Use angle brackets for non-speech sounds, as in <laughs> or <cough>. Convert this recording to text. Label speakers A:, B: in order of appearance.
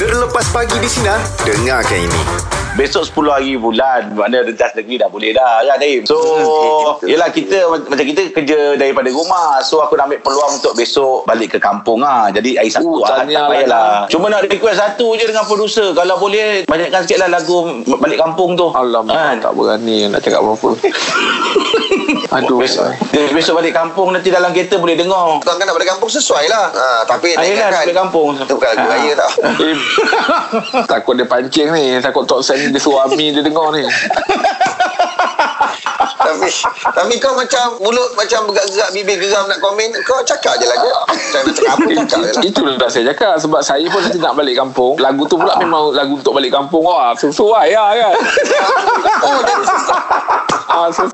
A: Terlepas pagi di sini Dengarkan ini
B: Besok 10 hari bulan Mana rentas negeri dah boleh dah Ya Daim So
C: Hmm,
B: Yelah kita Macam kita kerja Daripada rumah So aku nak ambil peluang Untuk besok Balik ke kampung lah Jadi hari Sabtu
C: Uh,
B: lah, tak
C: tahniah lah,
B: payahlah.
C: Daim.
B: Cuma nak request satu je Dengan producer Kalau boleh Banyakkan sikit lah lagu Balik kampung tu
C: Alamak
B: Kan?
C: Tak berani nak cakap apa-apa Aduh
B: Besok, dia besok balik kampung Nanti dalam kereta boleh dengar
D: Tuan kan nak balik kampung sesuai lah ha, Tapi
B: Ah, yelah,
D: kan
B: balik kampung.
D: Itu bukan lagu
B: Ah.
D: raya tau <laughs>
C: Eh, takut dia pancing ni Takut Tok Sen dia suami dia dengar ni
D: Tapi Tapi kau macam Mulut macam bergerak-gerak Bibir geram nak komen Kau cakap je lah kau Macam nak cakap apa Cakap je lah
C: Itu dah saya cakap Sebab saya pun nanti nak balik kampung Lagu tu pula memang ya, lagu untuk balik kampung Wah sesuai lah kan
D: Oh jadi
C: ah, sesuai